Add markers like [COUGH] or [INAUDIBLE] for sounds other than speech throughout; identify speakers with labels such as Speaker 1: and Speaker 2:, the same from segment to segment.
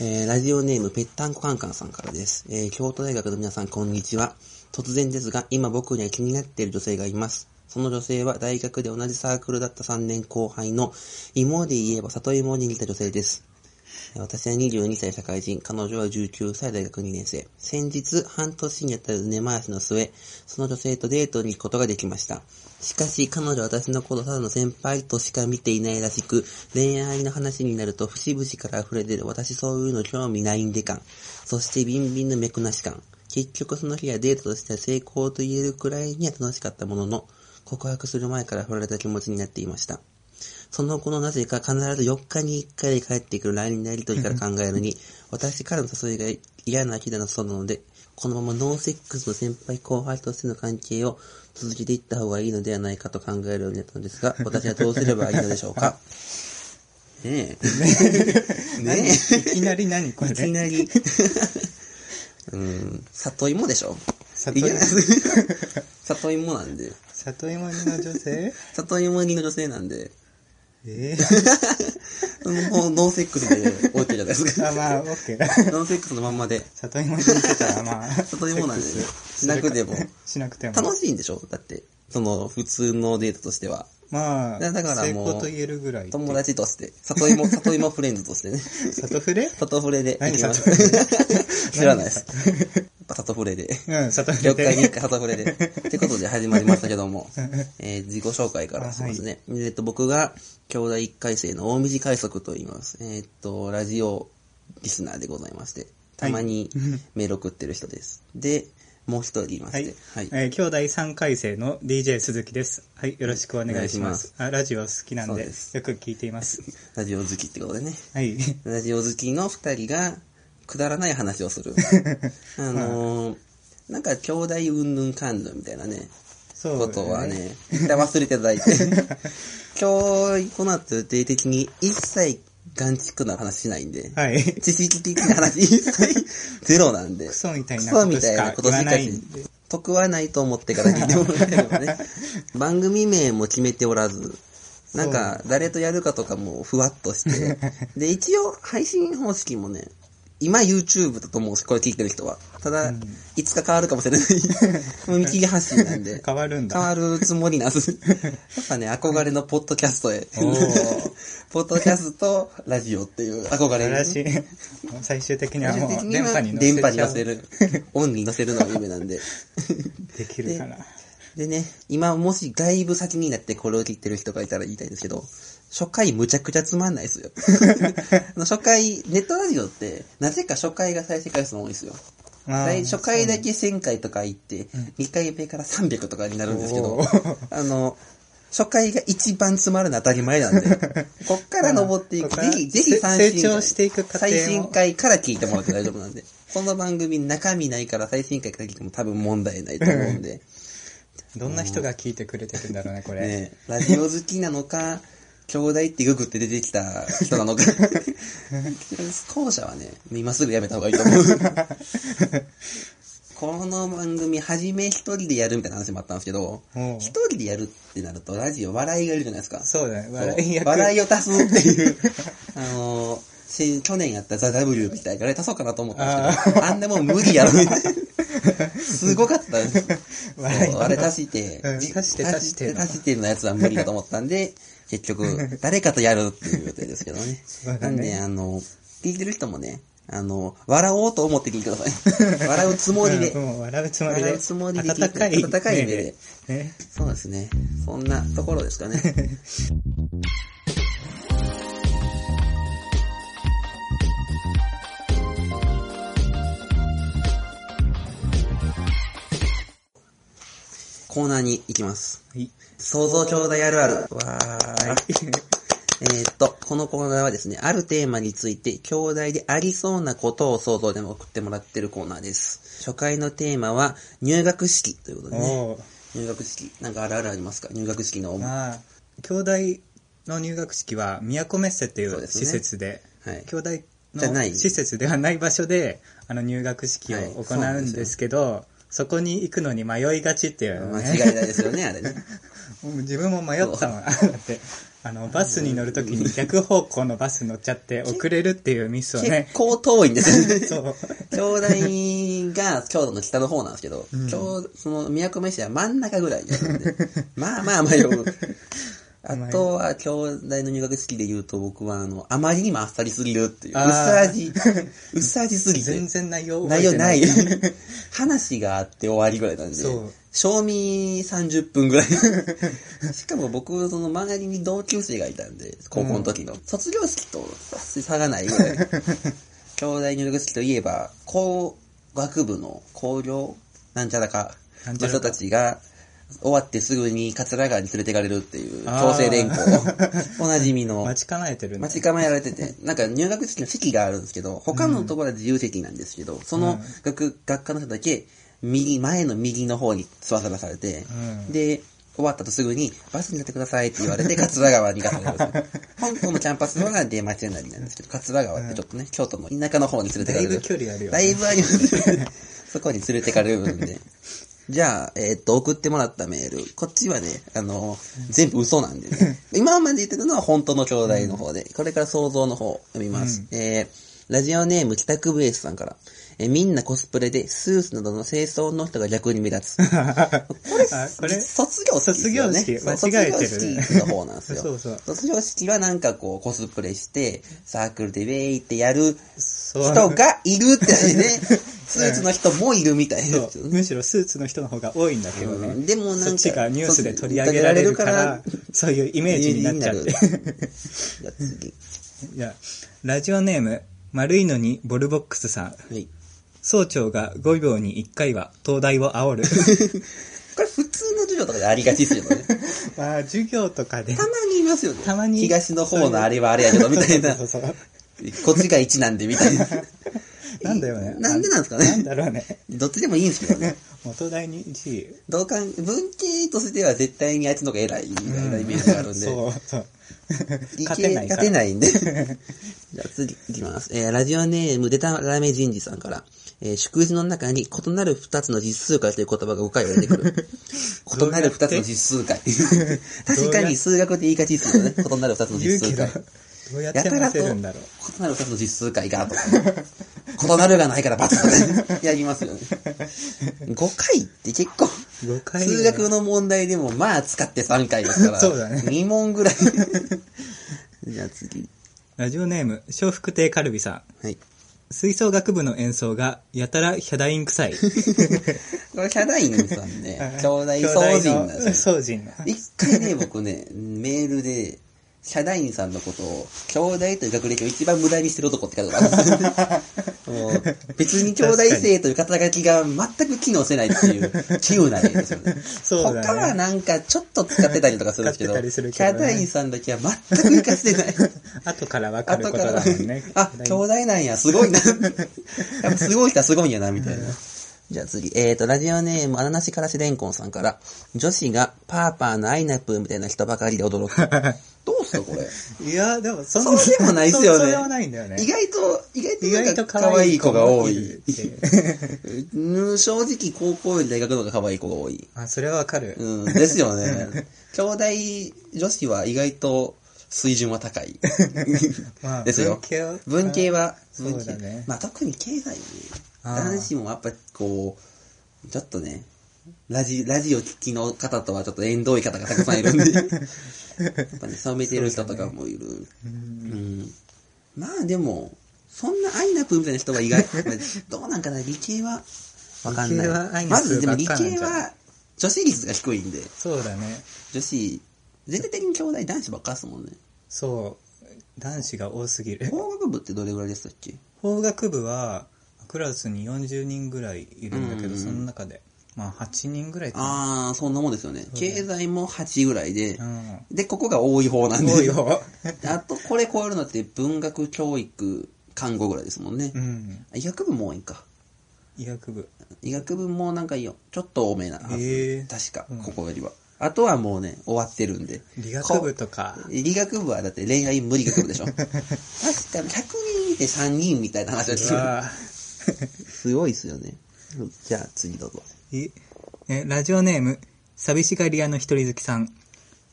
Speaker 1: えー、ラジオネームぺったんこカンカンさんからです。えー、京都大学の皆さんこんにちは。突然ですが、今僕には気になっている女性がいます。その女性は大学で同じサークルだった3年後輩の芋で言えば里芋に似た女性です。私は22歳社会人、彼女は19歳大学2年生。先日、半年にあたる根回しの末、その女性とデートに行くことができました。しかし、彼女は私のことただの先輩としか見ていないらしく、恋愛の話になると節々から溢れ出る私そういうの興味ないんで感。そして、ビンビンのめくなし感。結局その日はデートとしては成功と言えるくらいには楽しかったものの、告白する前から振られた気持ちになっていました。その後のなぜか必ず4日に1回帰ってくる LINE のやりとりから考えるに、私からの誘いが嫌な日だなそうなので、このままノーセックスの先輩後輩としての関係を続けていった方がいいのではないかと考えるようになったのです [LAUGHS] が、私はどうすればいいのでしょうか [LAUGHS] ねえ。ね
Speaker 2: いきなり何こ
Speaker 1: え。いき
Speaker 2: れ
Speaker 1: な [LAUGHS] り。うん、里芋でしょ
Speaker 2: 里
Speaker 1: い
Speaker 2: 芋
Speaker 1: や里芋なんで。
Speaker 2: 里芋煮の
Speaker 1: [LAUGHS]
Speaker 2: 女性
Speaker 1: 里芋煮の女性なんで。
Speaker 2: えー、
Speaker 1: もうノーセックスで OK じゃないですか [LAUGHS]
Speaker 2: あ。まあ、オッケー。
Speaker 1: ノンセックスのまんまで、
Speaker 2: 里芋煮してたら、ま
Speaker 1: [LAUGHS]
Speaker 2: あ。
Speaker 1: 里芋なんでね
Speaker 2: セックス
Speaker 1: しなくても
Speaker 2: するかしなくても。
Speaker 1: 楽しいんでしょだって、その、普通のデートとしては。
Speaker 2: まあ、
Speaker 1: だからもう
Speaker 2: 成功と言えるぐらいって。
Speaker 1: 友達として、里
Speaker 2: [LAUGHS]
Speaker 1: 芋、里芋フレンズとしてね。
Speaker 2: 里フレ
Speaker 1: 里フレで行
Speaker 2: 何
Speaker 1: きまし
Speaker 2: 里
Speaker 1: た。 [LAUGHS] 知らないです。やっぱ里フレで。
Speaker 2: うん、里フレ
Speaker 1: 了
Speaker 2: で。
Speaker 1: 解に里フレで。ってことで始まりましたけど
Speaker 2: [LAUGHS]
Speaker 1: も、えー自己紹介からしますね。えっと、僕が、兄弟一回生の大道快速と言います。えっと、ラジオリスナーでございまして、たまにメール送ってる人です。で、もう一人いま
Speaker 2: は
Speaker 1: し
Speaker 2: い
Speaker 1: て、。はい。
Speaker 2: えー兄弟3回生の DJ 鈴木です。はい、よろしくお願いします。あ、ラジオ好きなん
Speaker 1: そう
Speaker 2: で、
Speaker 1: です
Speaker 2: よく聞いています。
Speaker 1: ラジオ好きってことでね。
Speaker 2: はい。
Speaker 1: ラジオ好きの二人が、くだらない話をす
Speaker 2: [LAUGHS]
Speaker 1: る。あのー、なんか、兄弟うんぬんかんぬんみたいなね、
Speaker 2: そう、
Speaker 1: ことは。ね、一旦忘れていただ
Speaker 2: [LAUGHS]
Speaker 1: いて。今日、この後、定的に一切、ガンチックな話しないんで、
Speaker 2: はい。
Speaker 1: 知識的な話一切ゼロなんで
Speaker 2: ク、ソみたい
Speaker 1: ク
Speaker 2: な
Speaker 1: ソ
Speaker 2: こと
Speaker 1: みた
Speaker 2: し
Speaker 1: いな
Speaker 2: か
Speaker 1: こと
Speaker 2: 言
Speaker 1: し
Speaker 2: わ
Speaker 1: か
Speaker 2: ないんで。
Speaker 1: 得はないと思ってから聞いてもらえればね。番組名も決めておらず、なんか誰とやるかとかもふわっとして。で、一応配信方式もね、今 YouTube だと思うし、これ聞いてる人は。ただ、いつか変わるかもしれない。もう見切り発信なんで。
Speaker 2: 変わるんだ
Speaker 1: 変わるつもりなんです。やっぱね、憧れのポッドキャストへ
Speaker 2: おー。
Speaker 1: ポッドキャスト、ラジオっていう憧れにね
Speaker 2: 新しい。もう最終的にはも
Speaker 1: 最終的
Speaker 2: う電波に乗せ
Speaker 1: 電波に乗せる。 [LAUGHS] オンに乗せるのが夢なんで。
Speaker 2: できるかな。
Speaker 1: でね、今もし外部先になってこれを聞いてる人がいたら言いたいんですけど、初回むちゃくちゃつまんない
Speaker 2: [LAUGHS]
Speaker 1: ですよ。あの初回、ネットラジオって、なぜか初回が再生回数多いですよ。
Speaker 2: まあ
Speaker 1: 最初回だけ1000回とか行って、2回目から300とかになるんですけど
Speaker 2: おー、
Speaker 1: あの、初回が一番つまるの当たり前
Speaker 2: [LAUGHS]
Speaker 1: なんで、こっから登ってい
Speaker 2: こ
Speaker 1: く。
Speaker 2: っか
Speaker 1: ぜ
Speaker 2: ら
Speaker 1: ひ、ぜひ三
Speaker 2: 成
Speaker 1: 振
Speaker 2: 長していく過程を
Speaker 1: 最新回から聞いてもらって大丈夫なんで、この番組中身ないから最新回から聞いても多分問題ないと思うん
Speaker 2: [LAUGHS]
Speaker 1: で、
Speaker 2: どんな人が聞いてくれてるんだろうね、これ。
Speaker 1: ねえ、ラジオ好きなの [LAUGHS] か、兄弟ってググって出てきた人なのか。 [LAUGHS] 後者はね、今すぐやめた方がいいと [LAUGHS] 思う。この番組、初め一人でやるみたいな話もあったんですけど、
Speaker 2: もう
Speaker 1: 一人でやるってなると、ラジオ笑いがいるじゃないですか。
Speaker 2: そうだね。
Speaker 1: そう
Speaker 2: 笑い役。
Speaker 1: 笑いを足すって [LAUGHS] いう、あのし去年やったザ・ W みたいなあれ足そうかなと思ったんですけど、あんなもん無 [LAUGHS] 理やろ、みたいな。すごかったです。
Speaker 2: 笑い
Speaker 1: そうあれ足して、
Speaker 2: うん足して足しての
Speaker 1: 足してのやつは無理だと思ったん
Speaker 2: [LAUGHS]
Speaker 1: で、結局、誰かとやるっていう予定ですけどね。
Speaker 2: うだ
Speaker 1: なん
Speaker 2: ね
Speaker 1: で、あの、聞いてる人もね、あの、笑おうと思って聞いてください。笑うつもりで
Speaker 2: うん。もう笑うつもりで。
Speaker 1: 笑うつもりで聞いて
Speaker 2: 温かい。
Speaker 1: 温かい目で。
Speaker 2: ね。
Speaker 1: そうですね。そんなところですかね。コーナーに行きます。
Speaker 2: はい。
Speaker 1: 想像兄弟あるある。わーい。えーっと、このコーナーはですね、あるテーマについて、兄弟でありそうなことを想像でも送ってもらってるコーナーです。初回のテーマは、入学式ということでね。
Speaker 2: おー
Speaker 1: 入学式、なんかあるあるありますか入学式の、は
Speaker 2: まあ、兄弟の入学式は、宮古メッセってい
Speaker 1: そうで
Speaker 2: う
Speaker 1: すね
Speaker 2: 施設で、
Speaker 1: い。
Speaker 2: 兄弟
Speaker 1: じゃな
Speaker 2: の
Speaker 1: い
Speaker 2: 施設ではない場所で、あの入学式を
Speaker 1: はいそうな
Speaker 2: 行うん
Speaker 1: ですよ
Speaker 2: んですけど、そこに行くのに迷いがちっていう
Speaker 1: 間
Speaker 2: ね。 [LAUGHS]
Speaker 1: 違いないですよね、あれね。
Speaker 2: もう自分も迷ったもん。だって、あの、バスに乗るときに逆方向のバス乗っちゃって遅れるっていうミスをね
Speaker 1: 結、構遠いんですね。
Speaker 2: [LAUGHS] そう、
Speaker 1: 京大が京都の北の方なんですけど、京、その宮古市は真ん中ぐらいにあるん
Speaker 2: [LAUGHS]
Speaker 1: で、まあまあまあよ。あとは、京大の入学式で言うと、僕は、あの、あまりにもあっさりすぎるっていう。
Speaker 2: あー
Speaker 1: 薄
Speaker 2: [LAUGHS]
Speaker 1: 味、薄味すぎて。
Speaker 2: 全然内容覚え
Speaker 1: 内容
Speaker 2: て
Speaker 1: ない。 [LAUGHS] 話があって終わりぐらいなんで
Speaker 2: そう。
Speaker 1: 賞味30分ぐらい。 [LAUGHS] しかも僕、その周りに同級生がいたんで、高校の時の。卒業式と差がないぐ
Speaker 2: [LAUGHS]
Speaker 1: らい。兄弟入学式といえば、工学部の工業なんちゃらか
Speaker 2: なんち
Speaker 1: の
Speaker 2: ゃらか
Speaker 1: 人たちが、終わってすぐに桂川に連れてかれるっていう、
Speaker 2: あー
Speaker 1: 強制連行。 [LAUGHS] おなじみの。
Speaker 2: 待ち構えてるね。
Speaker 1: 待ち構えられてて、なんか入学式の席があるんですけど、他のところは自由席なんですけど、その学,、学科の人だけ、右、前の右の方に座らされて、
Speaker 2: うん
Speaker 1: で、終わったとすぐに、バスに乗ってくださいって言わ
Speaker 2: [LAUGHS]
Speaker 1: れて、桂川に行かされるんですよ。香港のキャンパスは出町なりなんですけど、桂川ってちょっとね、京都の田舎の方に連れてか
Speaker 2: だ
Speaker 1: れ
Speaker 2: い
Speaker 1: る。
Speaker 2: ぶ距離あるよ
Speaker 1: だ
Speaker 2: ね。
Speaker 1: いぶありますね。そこに連れてかれるんで。じゃあ、えーっと、送ってもらったメール。こっちはね、あの、全部嘘なんでね。今まで言ってたのは本当の兄弟の方で、これから想像の方を読みます。えー、ラジオネーム北区ベースさんから。えーみんなコスプレで、スースなどの清掃の人が逆に目
Speaker 2: [LAUGHS]
Speaker 1: 立つ。
Speaker 2: あこれ
Speaker 1: 卒業式ですよね。
Speaker 2: 卒業式
Speaker 1: そう
Speaker 2: 間違えてるね
Speaker 1: 卒業式の方なんですよ。
Speaker 2: [LAUGHS] そうそう
Speaker 1: 卒業式はなんかこう、コスプレして、サークルでウェイってやる
Speaker 2: そう
Speaker 1: 人がいるってね、
Speaker 2: [LAUGHS]
Speaker 1: スーツの人もいるみたいな
Speaker 2: そう。むしろスーツの人の方が多いんだけどね。
Speaker 1: うんでもなんか
Speaker 2: そっちがニュースで取り上げられる
Speaker 1: そ
Speaker 2: か
Speaker 1: う取り上げられ
Speaker 2: ら、そういうイメージになっちゃ
Speaker 1: [LAUGHS]
Speaker 2: って。
Speaker 1: じゃあ次。
Speaker 2: [LAUGHS] いや、ラジオネーム、丸いのにボルボックスさん。
Speaker 1: はい。
Speaker 2: 総長が5秒に1回は東大を煽る。
Speaker 1: [LAUGHS] これ普通の授業とかでありがちですよ
Speaker 2: [LAUGHS]
Speaker 1: ね。
Speaker 2: まあ、授業とかで
Speaker 1: た。まにいますよね。
Speaker 2: たまに
Speaker 1: 東の方のあれはあれやけど、みたいな。
Speaker 2: そうそうそう
Speaker 1: こっちが1なんで、みた
Speaker 2: [LAUGHS]
Speaker 1: いな。
Speaker 2: なんだよね。
Speaker 1: なんでなんですかね
Speaker 2: なんだろうね。
Speaker 1: どっちでもいいんですけどね。
Speaker 2: もう東大に1位。
Speaker 1: 同感、文系としては絶対にあいつの方が偉いみたいなイメージがあるんで。
Speaker 2: そうそう。
Speaker 1: 理系
Speaker 2: 勝てないから。
Speaker 1: 勝てない
Speaker 2: [LAUGHS]
Speaker 1: んで。じゃあ次いきます。えーラジオネーム、でたらめ人事さんから。えー祝日の中に異なる二つの実数解という言葉が5回は出
Speaker 2: [LAUGHS]
Speaker 1: てくる。異なる二つの実数解。確かに数学で言いがちですよね。異なる二つの
Speaker 2: 言う
Speaker 1: 実数
Speaker 2: けど、
Speaker 1: 解
Speaker 2: ど。うやっ
Speaker 1: や
Speaker 2: て
Speaker 1: たら
Speaker 2: 待
Speaker 1: と、
Speaker 2: て
Speaker 1: 異
Speaker 2: るん
Speaker 1: な
Speaker 2: だ
Speaker 1: る
Speaker 2: ろう。
Speaker 1: 二つの実数解が、とか。異なるがないからバツ
Speaker 2: [LAUGHS]
Speaker 1: とかやりますよね。5回って結構、
Speaker 2: 5回は
Speaker 1: 数学の問題でもまあ使って3回ですから、
Speaker 2: そうだね
Speaker 1: 2問ぐら
Speaker 2: [LAUGHS]
Speaker 1: い。じゃあ次。
Speaker 2: ラジオネーム、笑福亭カルビさん。
Speaker 1: はい。
Speaker 2: 吹奏楽部の演奏がやたらヒャダイン臭い。
Speaker 1: [LAUGHS] これ、ヒャダインさんね、兄弟総人なんですよ。
Speaker 2: 総人の。
Speaker 1: 一回ね、僕ね、メールで、ヒャダインさんのことを、兄弟という学歴を一番無駄にしてる男って書いてある
Speaker 2: [LAUGHS]
Speaker 1: もう別に兄弟生という肩書きが全く機能せないって
Speaker 2: [LAUGHS]
Speaker 1: いう、急な例ですよね。
Speaker 2: そうだね
Speaker 1: 他はなんかちょっと使ってたりとかするんですけど、
Speaker 2: 使ってたりするけ
Speaker 1: ヒ
Speaker 2: どね
Speaker 1: ャダインさんだけは全く活かせてない。
Speaker 2: 後から分かる
Speaker 1: 後
Speaker 2: こ
Speaker 1: か
Speaker 2: と
Speaker 1: ら
Speaker 2: だもんね
Speaker 1: [LAUGHS] 。あ、兄弟なんや、すごい [LAUGHS] な。やっぱすごい人はすごいんやな、みたいな。じゃあ次、えーと、ラジオネーム、アナナシカラシレンコンさんから、女子がパーパーのアイナップーみたいな人ばかりで驚く。 [LAUGHS] どうすか、これ。
Speaker 2: いや、でもそん
Speaker 1: そうでもないっすよね。
Speaker 2: それはないんだよね。
Speaker 1: 意外と、意外と
Speaker 2: 意
Speaker 1: なん
Speaker 2: 外
Speaker 1: か
Speaker 2: と
Speaker 1: 可
Speaker 2: 可
Speaker 1: 愛
Speaker 2: 愛
Speaker 1: い
Speaker 2: い
Speaker 1: 子
Speaker 2: 子
Speaker 1: が
Speaker 2: が
Speaker 1: 多
Speaker 2: 多
Speaker 1: い
Speaker 2: い。
Speaker 1: うん [LAUGHS] 正直、高校より大学の方が可愛い子が多い。
Speaker 2: あ、それはわかる。
Speaker 1: うん、ですよ [LAUGHS] ね。兄弟女子は意外と水準は高 [LAUGHS] い。
Speaker 2: まあ、
Speaker 1: ですよ
Speaker 2: 文系は。
Speaker 1: 文系は、
Speaker 2: そう
Speaker 1: 文系
Speaker 2: だね
Speaker 1: まあ特に経済ね。
Speaker 2: あー
Speaker 1: 必ずしもやっぱこう、ちょっとね、ラジ、ラジオ聞きの方とはちょっと縁遠い方がたくさんいるん
Speaker 2: [LAUGHS]
Speaker 1: で、やっぱね、染めてる人とかもいる。う,、ん。まあでも、そんなアイナプーみたいな人は意
Speaker 2: [LAUGHS]
Speaker 1: 外、まあどうなんかな、理系は、わかんな
Speaker 2: 理系はア
Speaker 1: い。
Speaker 2: イ
Speaker 1: ま
Speaker 2: ナプ
Speaker 1: ずで
Speaker 2: ーば
Speaker 1: も
Speaker 2: っ
Speaker 1: 理
Speaker 2: かなんじゃない
Speaker 1: 系は、女子率が低いんで、
Speaker 2: そうだね。
Speaker 1: 女子、全体的に兄弟男子ばっかっすもんね。
Speaker 2: そう。男子が多すぎる。
Speaker 1: 法学部ってどれぐらいでしたっけ
Speaker 2: 法学部は、クラスに40人ぐらいいるんだけ
Speaker 1: うん
Speaker 2: ど、その中で、まあ8人ぐらいかな。
Speaker 1: ああ、そんなもんですよね。経済も8ぐらいで
Speaker 2: う、ん。
Speaker 1: で、ここが多い方なんで
Speaker 2: 多い
Speaker 1: す。
Speaker 2: よ。 [LAUGHS]
Speaker 1: あと、これ超えるのって文学、教育、看護ぐらいですもんね
Speaker 2: う。ん。
Speaker 1: 医学部も多いんか。
Speaker 2: 医学部。
Speaker 1: 医学部もなんかいいよ。ちょっと多めなはず。
Speaker 2: えー
Speaker 1: 確か
Speaker 2: うん、
Speaker 1: ここよりは。あとはもうね、終わってるんで。
Speaker 2: 理学部とか。
Speaker 1: 理学部はだって恋愛無理学部でし
Speaker 2: [LAUGHS]
Speaker 1: ょ。確か100人いて3人みたいな話をす
Speaker 2: う
Speaker 1: る。
Speaker 2: わあ
Speaker 1: すごいですよね。じゃあ次どうぞ。
Speaker 2: いえ、ラジオネーム、寂しがり屋の一人好きさん。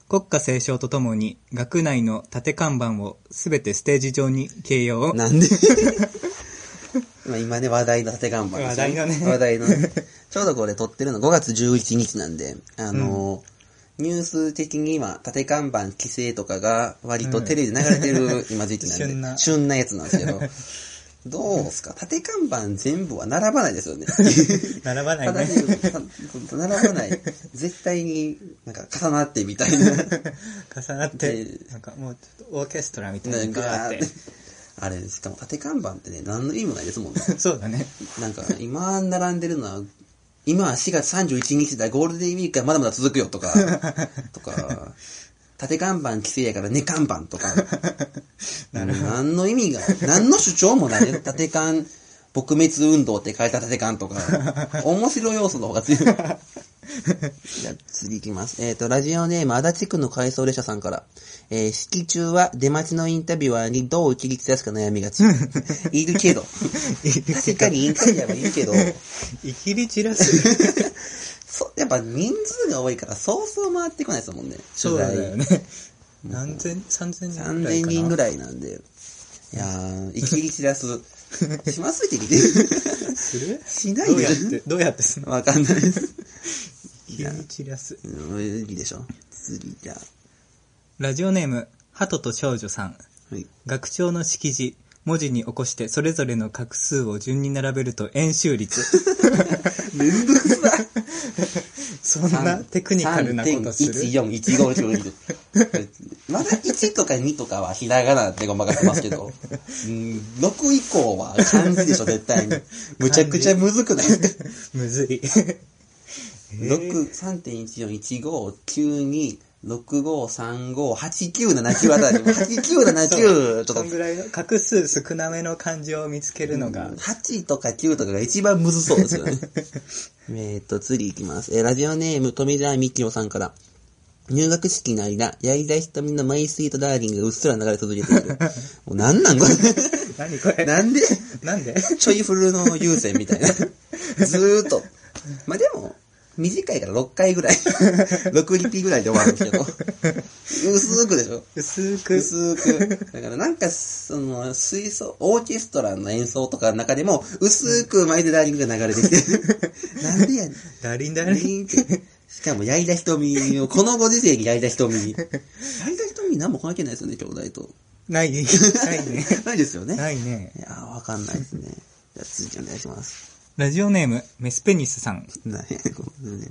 Speaker 2: 国歌斉唱とともに、学内の縦看板をすべてステージ上に掲揚 [LAUGHS] を。
Speaker 1: なんで [LAUGHS] まあ今ね、話題の縦看板ですよ
Speaker 2: 話題のね
Speaker 1: 話題のね。ちょうどこれ撮ってるの5月11日なんで、あのーニュース的に今、縦看板規制とかが割とテレビで流れて
Speaker 2: [LAUGHS]
Speaker 1: る今時期なんで、
Speaker 2: 旬な
Speaker 1: 旬なやつなんです
Speaker 2: [LAUGHS]
Speaker 1: けど、どうですか縦看板全部は並ばないですよね。
Speaker 2: 並ばない
Speaker 1: ただ
Speaker 2: ね
Speaker 1: ね。、並ばない。絶対になんか重なってみ
Speaker 2: [LAUGHS]
Speaker 1: たいな。
Speaker 2: 重なって
Speaker 1: で、
Speaker 2: なんかもうちょっとオーケストラみたい
Speaker 1: な
Speaker 2: なんのがあ
Speaker 1: か
Speaker 2: って。、
Speaker 1: あれ、しかも縦看板ってね、何の意味もないですもんね。
Speaker 2: そうだね。
Speaker 1: なんか、今並んでるのは、今は4月31日だ、ゴールデンウィークはまだまだ続くよとか、とか、縦看板規制やから根看板とか、何の意味が、何の主張もない。縦看、撲滅運動って書いた縦看とか、面白い要素の方が強い。じゃあ次行きます。えっ、と、ラジオネーム、足立区の回送列車さんから、えー、式中は出待ちのインタビュアーにどう切り出すか悩みがち。いるけど。確かにインタビュアーはいる
Speaker 2: [LAUGHS]
Speaker 1: けど、
Speaker 2: いきり散らす。
Speaker 1: そやっぱ人数が多いから、そうそう回ってこないですもんね。
Speaker 2: そうだよね。何千、三千人ぐらい
Speaker 1: 3000
Speaker 2: かな。
Speaker 1: 人ぐらいなんで。いやー、いきり散らす。
Speaker 2: [LAUGHS]
Speaker 1: しますぎてきて。
Speaker 2: する
Speaker 1: しない
Speaker 2: どう
Speaker 1: で
Speaker 2: やって、どうやってすんの
Speaker 1: わかんないです。
Speaker 2: いきり散らす。
Speaker 1: うんいいでしょ。次じゃあ。
Speaker 2: ラジオネーム、鳩と少女さん。
Speaker 1: はい。
Speaker 2: 学長の式辞、文字に起こしてそれぞれの画数を順に並べると円周率。
Speaker 1: めんどくさ
Speaker 2: そんなテクニカルなことする [LAUGHS]
Speaker 1: 3.1415まだ1とか2とかはひらがなでごまかせますけど、うん、6以降は漢字でしょ、絶
Speaker 2: [LAUGHS]
Speaker 1: 対に。むちゃくちゃむずくないですか
Speaker 2: むずい。
Speaker 1: 六三点一四一五九二六五三五八九七九あたり。八九七九ちょ
Speaker 2: [LAUGHS] そ
Speaker 1: っ
Speaker 2: んぐらいの画数少なめの漢字を見つけるのが、
Speaker 1: と。八とか九とかが一番むずそうですよ [LAUGHS] ね。えっと、次いきます。えーラジオネーム、富澤美希夫さんから。入学式の間、やりだしたみのマイスイートダーリンがうっすら流れ続け [LAUGHS] ている。もうなんなんこれ。
Speaker 2: 何これ
Speaker 1: なんで
Speaker 2: なんで
Speaker 1: ちょいフルの優先み [LAUGHS] たいな。ずーっと。まあ、でも、短いから6回 [LAUGHS] ぐらい。6リピぐらいで終わるんですけ [LAUGHS] ど。薄くでしょ
Speaker 2: [LAUGHS] 薄く、
Speaker 1: 薄く。だからなんか、その、水槽、オーケストラの演奏とかの中でも、薄くマイデダーリングが流れてきて。 [LAUGHS] なんでやねん。
Speaker 2: ダリンダリン。
Speaker 1: リンってしかも、矢井田瞳を、このご時世に矢井田瞳。矢井田瞳何も関係ないですよね、兄弟と。
Speaker 2: ない、 [LAUGHS] ないね。
Speaker 1: ないですよね。
Speaker 2: ないね。
Speaker 1: いやー、わかんないですね。じゃあ、続きお願いします。
Speaker 2: ラジオネーム、メスペニスさん。
Speaker 1: ない、ごめんなさい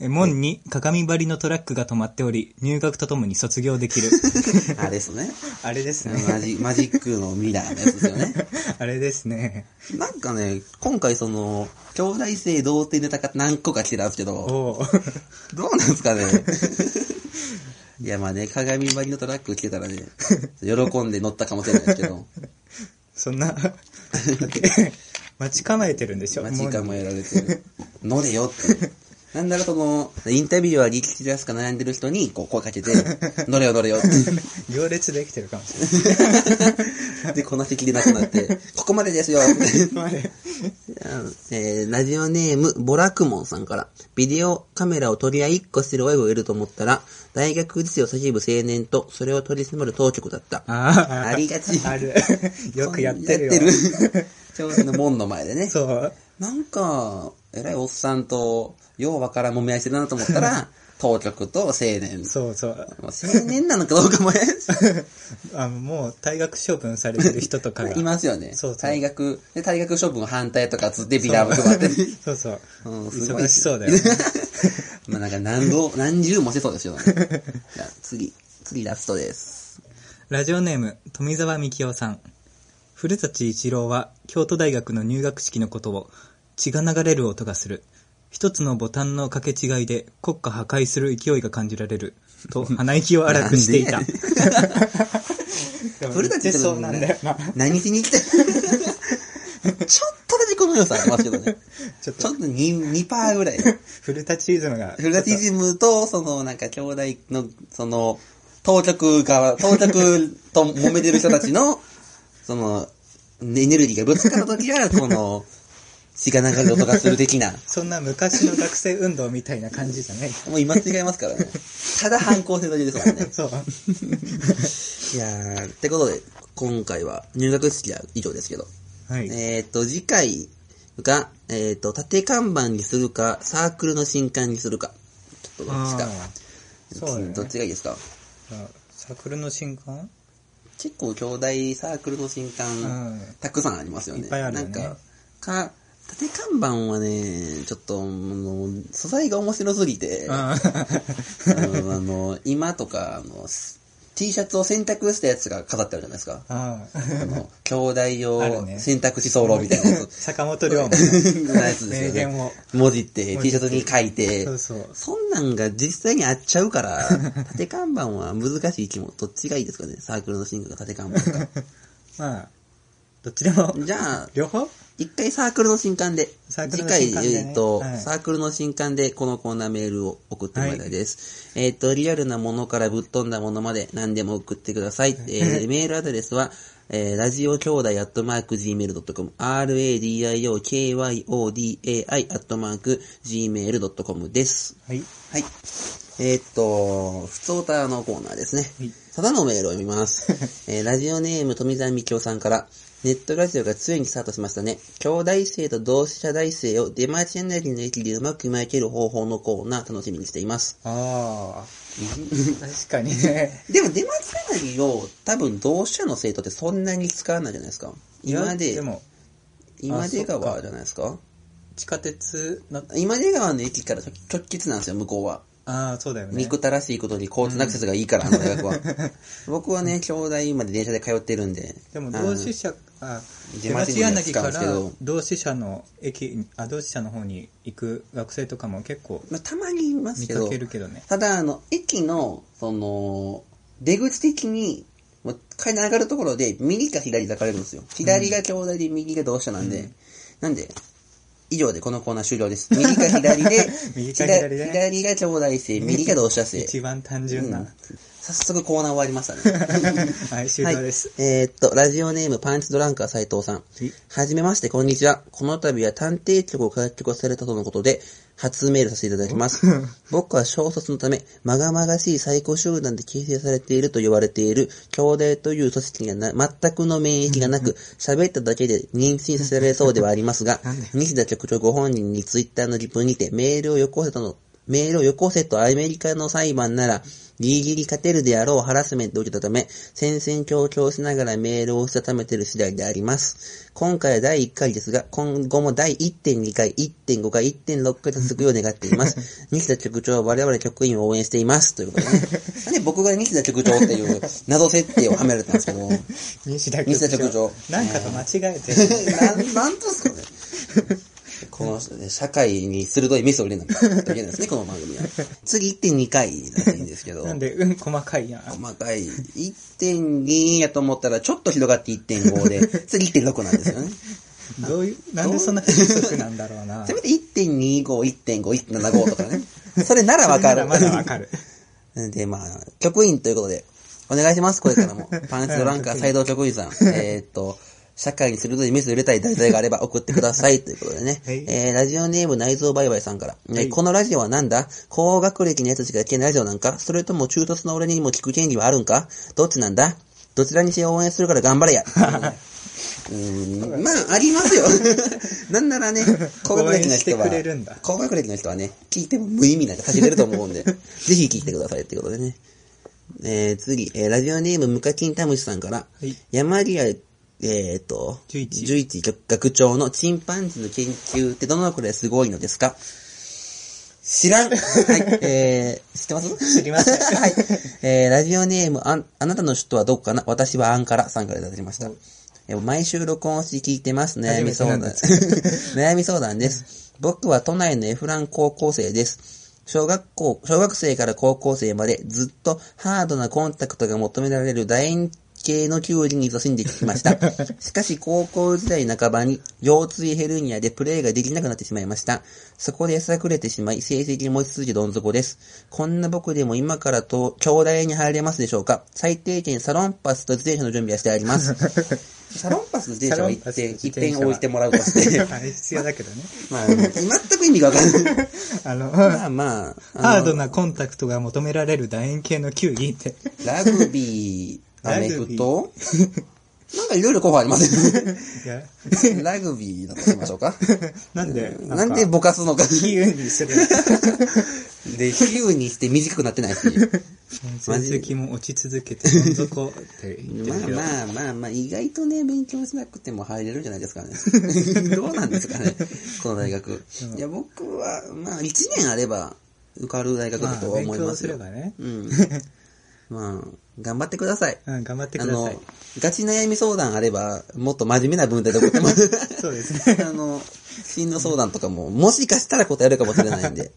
Speaker 2: え門に鏡張りのトラックが止まっており、入学とともに卒業でき [LAUGHS] る。
Speaker 1: あれですね。
Speaker 2: あれですね。
Speaker 1: マジ、マジックのミラーのやつですよね。
Speaker 2: あれですね。
Speaker 1: なんかね、今回その、兄弟生同点ネタが何個か来てたんですけど、
Speaker 2: おう
Speaker 1: どうなんですかね。いや、まあね、鏡張りのトラック来てたらね、喜んで乗ったかもしれないですけ [LAUGHS] ど、
Speaker 2: そ [LAUGHS] んな、だって待ち構えてるんでしょ
Speaker 1: マジか
Speaker 2: 門
Speaker 1: もやられて、乗れよって。なんだらその、インタビューは力士出すか悩んでる人に、こう声かけ [LAUGHS] て、乗れよ乗れよって。
Speaker 2: に [LAUGHS] 行列できてるかもしれない。
Speaker 1: で、こなしてきれなくなって、ここまでですよ [LAUGHS] って。
Speaker 2: [LAUGHS] まあね
Speaker 1: えーラジオネーム、ボラクモンさんから、ビデオカメラを取り合いっこしてる親子がいると思ったら、大学時世を叫ぶ青年と、それを取り締まる当局だった。
Speaker 2: あ
Speaker 1: ありがち。
Speaker 2: あ、あ
Speaker 1: [LAUGHS]
Speaker 2: る。よくやってるよ。
Speaker 1: やってるちょうどの門の前でね。
Speaker 2: そう。
Speaker 1: なんか、えらいおっさんと、ようわからんもみ合いしてるなと思った
Speaker 2: [LAUGHS]
Speaker 1: ら、当局と青年。
Speaker 2: そうそう。
Speaker 1: まあ青年なのかどうかもね。
Speaker 2: あの、もう退学処分されてる人とか
Speaker 1: [LAUGHS]
Speaker 2: が。
Speaker 1: いますよね。
Speaker 2: そうそう
Speaker 1: 退学、で、退学処分反対とかつってビラを配ってね。
Speaker 2: そうそう。
Speaker 1: うんすごい
Speaker 2: 忙しそうだよね。
Speaker 1: [LAUGHS] まあなんか何度、何十もしてそうです
Speaker 2: [LAUGHS]
Speaker 1: よね。じゃあ次、次ラストです。
Speaker 2: ラジオネーム、富澤美希夫さん。古舘一郎は、京都大学の入学式のことを、血が流れる音がする。一つのボタンの掛け違いで国家破壊する勢いが感じられる。と、鼻息を荒くしていた。 [LAUGHS]
Speaker 1: 古舘
Speaker 2: そ
Speaker 1: さ
Speaker 2: うんなんだよ
Speaker 1: [LAUGHS]
Speaker 2: な。
Speaker 1: 何しに
Speaker 2: [LAUGHS]
Speaker 1: 来てちょっとだけこの良さありますけどね。ちょっと2、2パーぐら [LAUGHS] い。
Speaker 2: 古舘イズムが。
Speaker 1: フルダティズムと、その、なんか、兄弟の、その、当局側、当局と揉 [LAUGHS] めてる人たちの、その、エネルギーがぶつかった時は、この、血が流れる音がする的な。
Speaker 2: そんな昔の学生運動みたいな感じじゃ
Speaker 1: [LAUGHS]
Speaker 2: ない。
Speaker 1: もう今違いますからね。ただ反抗性の理由ですからね。
Speaker 2: そう。
Speaker 1: いやー、ってことで、今回は入学式は以上ですけど。
Speaker 2: はい。
Speaker 1: えっと、次回が、えっ、と、縦看板にするか、サークルの新刊にするか。ちょっとどっちか。
Speaker 2: あーそうだよね
Speaker 1: どっちがいいですか
Speaker 2: あサークルの新刊
Speaker 1: 結構兄弟サークルの新刊、
Speaker 2: うん
Speaker 1: たくさんありますよね。
Speaker 2: いっぱいあるよね
Speaker 1: なんか、か、縦看板はね、ちょっと、あの素材が面白すぎて、あ [LAUGHS]
Speaker 2: あー
Speaker 1: の、あの今とか、あの、す T シャツを洗濯したやつが飾ってあるじゃないですか。
Speaker 2: あ
Speaker 1: あ
Speaker 2: ー。
Speaker 1: の、兄弟
Speaker 2: ある
Speaker 1: 用
Speaker 2: ね
Speaker 1: 洗濯し候みたいなや
Speaker 2: [LAUGHS]
Speaker 1: つ。
Speaker 2: 坂本龍馬の
Speaker 1: なやつですよね
Speaker 2: 名言を。
Speaker 1: 文字って
Speaker 2: 文
Speaker 1: T
Speaker 2: 字
Speaker 1: シ
Speaker 2: っ
Speaker 1: ャ
Speaker 2: て
Speaker 1: ツに書いて
Speaker 2: そ、うそう。
Speaker 1: そんなんが実際にあっちゃうから、
Speaker 2: [LAUGHS]
Speaker 1: 縦看板は難しい気も、どっちがいいですかねサークルの進化が縦看板か。
Speaker 2: まあ、どっちでも、
Speaker 1: じゃあ、
Speaker 2: 両方
Speaker 1: 一回サークルの新刊で、
Speaker 2: サークル
Speaker 1: 次
Speaker 2: の
Speaker 1: 回
Speaker 2: 新、刊でね
Speaker 1: えっと、
Speaker 2: はい
Speaker 1: サークルの新刊でこのコーナーメールを送ってもらいたいです。えっと、リアルなものからぶっ飛んだものまで何でも送ってください。えーメールアドレスは、えー、ラジオ兄弟アットマーク Gmail.com、radiokyoudai アットマーク Gmail.com です。
Speaker 2: はい。
Speaker 1: はい。えーっと、普通歌のコーナーですね。
Speaker 2: はい
Speaker 1: ただのメールを読み
Speaker 2: [LAUGHS]
Speaker 1: ます。えーラジオネーム富澤美京さんから、ネットラジオがついにスタートしましたね。兄弟生と同志社大生を出待ち柳の駅でうまく巻ける方法のコーナー楽しみにしています。
Speaker 2: ああ。確かにね。
Speaker 1: でも出待ち柳を多分同志社の生徒ってそんなに使わないじゃないですか。今
Speaker 2: いやで
Speaker 1: で、
Speaker 2: も、
Speaker 1: 今出
Speaker 2: あそっ
Speaker 1: 川
Speaker 2: か
Speaker 1: じゃないですか。
Speaker 2: 地下鉄の、
Speaker 1: 今出川の駅から直直結なんですよ、向こうは。
Speaker 2: ああ、そうだよね。
Speaker 1: 憎たらしいことに交通アクセスがいいから、あの大学
Speaker 2: [LAUGHS]
Speaker 1: は。僕はね、兄弟まで電車で通ってるんで。
Speaker 2: でも
Speaker 1: あの
Speaker 2: 同志社、あ、
Speaker 1: 出
Speaker 2: 出
Speaker 1: 町に
Speaker 2: 町
Speaker 1: ね
Speaker 2: 柳
Speaker 1: 使うん
Speaker 2: か
Speaker 1: です
Speaker 2: ら
Speaker 1: けど
Speaker 2: 同志社の駅に、あ、同志社の方に行く学生とかも結構
Speaker 1: まあ、たまにいます
Speaker 2: 見
Speaker 1: け
Speaker 2: か
Speaker 1: ど、
Speaker 2: けるけどね。、
Speaker 1: ただ、あの、駅の、その、出口的に、もう階段上がるところで、右か左で分かれるんですよ。左が兄弟で、右が同志社なんで、なんで、以上でこのコーナー終了です。右か左で
Speaker 2: [LAUGHS] 右か左で
Speaker 1: 左左が兄弟
Speaker 2: [LAUGHS]
Speaker 1: 生、右が同志社生。
Speaker 2: 一番単純な。
Speaker 1: 早速コーナー終わりましたね。
Speaker 2: [LAUGHS] はい、終了です。
Speaker 1: はい、えーっと、ラジオネームパンチドランカー斉藤さん。はじめまして、こんにちは。この度は探偵局を開局されたとのことで、初メールさせていただきます。
Speaker 2: [LAUGHS]
Speaker 1: 僕は小卒のため、まがまがしい最高集団で形成されていると言われている、兄弟という組織がな全くの免疫が
Speaker 2: [LAUGHS]
Speaker 1: なく、喋っただけで妊娠させられそうではありますが、西田局長ご本人にツイッターのリプにてメールをよこせたのメールをよこせとアメリカの裁判なら、ギリギリ勝てるであろうハラスメントを受けたため、戦々恐々しながらメールをしたためてる次第であります。今回は第1回ですが、今後も第1.2回、1.5回、1.6回と続くよう願っています。 [LAUGHS] 西田局長は我々局員を応援しています。ということでね。なんで僕が西田局長っていう謎設定をはめられたんですけど、
Speaker 2: 西田
Speaker 1: 西田局長
Speaker 2: なんかと間違えてる。
Speaker 1: なん、なんとですかね。 [LAUGHS] この、社会に鋭いミスを入れなきゃいけないですね、この番組は。次1.2回らしいんですけど。
Speaker 2: [LAUGHS] なんで、うん、細かいやん。
Speaker 1: 細かい。1.2やと思ったら、ちょっと広がって1.5で、次1.6なん [LAUGHS] ですよね。
Speaker 2: どういう、なんでそんな不足なんだろうな。
Speaker 1: せめて1.25、1.5、1.75とかね。それならわかる。
Speaker 2: まだわかる。
Speaker 1: で、まあ、局員ということで、お願いします、これから
Speaker 2: [LAUGHS]
Speaker 1: も。パンチドランカー斎藤局員さん。えーっと、社会に鋭いミスを入れたい題材があれば送ってください、ということでね。
Speaker 2: はい
Speaker 1: えー、ラジオネーム内蔵バイバイさんから。ね
Speaker 2: はい
Speaker 1: このラジオはなんだ高学歴のやつしか聞けないラジオなんかそれとも中卒の俺にも聞く権利はあるんかどっちなんだどちらにしよう応援するから頑張
Speaker 2: [LAUGHS]
Speaker 1: れや。うーん、まあ、ありますよ。 [LAUGHS] なんならね、高学歴の人は
Speaker 2: 応援してくれるんだ、
Speaker 1: 高学歴の人はね、聞いても無意味なんか差し出ると思う
Speaker 2: [LAUGHS]
Speaker 1: んで、ぜひ聞いてくださいってことでね。えー、次、えー、ラジオネームムカキンタムシさんから、
Speaker 2: はい
Speaker 1: 山リア、えー、っと、
Speaker 2: 11
Speaker 1: 11学学長のチンパンジーの研究ってどのくらいすごいのですか知
Speaker 2: [LAUGHS]
Speaker 1: らんはい、えー、知ってます
Speaker 2: 知りませ
Speaker 1: [LAUGHS]
Speaker 2: ん。
Speaker 1: はい。えー、ラジオネームあん、あなたの首都はどこかな私はアンからさんからいただきました。えー毎週録音して聞いてます。悩み相
Speaker 2: 初めてなん
Speaker 1: 談。悩み相談 [LAUGHS] です。僕は都内のエフラン高校生です。小学校、小学生から高校生までずっとハードなコンタクトが求められる第二系の球技に勤しんできま
Speaker 2: [LAUGHS]
Speaker 1: した。しかし高校時代半ばに腰椎ヘルニアでプレーができなくなってしまいました。そこでやさくれてしまい、成績も落ち続けどん底です。こんな僕でも今からと、京大に入れますでしょうか最低限サロンパスと自転車の準備はしてあります。サロンパスと自転車は一点、一点置いてもらうと
Speaker 2: [LAUGHS]
Speaker 1: して。
Speaker 2: あれ必要だけどね。
Speaker 1: まあ、全く意味がわからない。
Speaker 2: あの、
Speaker 1: まあまあ、あの
Speaker 2: ハードなコンタクトが求められる楕円形の球技って。
Speaker 1: ラグビー、アメフトなんかいろいろ候補ありますよね。
Speaker 2: いや
Speaker 1: [LAUGHS] ラグビーだとしましょうか。
Speaker 2: なんで、
Speaker 1: なんでぼかすのか。
Speaker 2: 比喩にする [LAUGHS]
Speaker 1: で、比喩にして短くなってないし。
Speaker 2: 成績も落ち続けて、どん底って言って
Speaker 1: ま
Speaker 2: る
Speaker 1: あ
Speaker 2: けど。
Speaker 1: まあまあまあ、意外とね、勉強しなくても入れるんじゃないですかね。 [LAUGHS] どうなんですかね、この大学。いや、僕は、まあ、1年あれば受かる大学
Speaker 2: ま
Speaker 1: だ
Speaker 2: あ
Speaker 1: とは
Speaker 2: 勉
Speaker 1: 思いま
Speaker 2: 強す
Speaker 1: す
Speaker 2: れ
Speaker 1: よ。
Speaker 2: ばね。
Speaker 1: うん。まあ、頑張ってください。
Speaker 2: うん、頑張って
Speaker 1: あ
Speaker 2: ください
Speaker 1: の。、ガチ悩み相談あれば、もっと真面目な文体で送ってます。
Speaker 2: [LAUGHS] そうですね。
Speaker 1: あの、進路相談とかも、もしかしたら答えるかもしれないん
Speaker 2: [LAUGHS]
Speaker 1: で、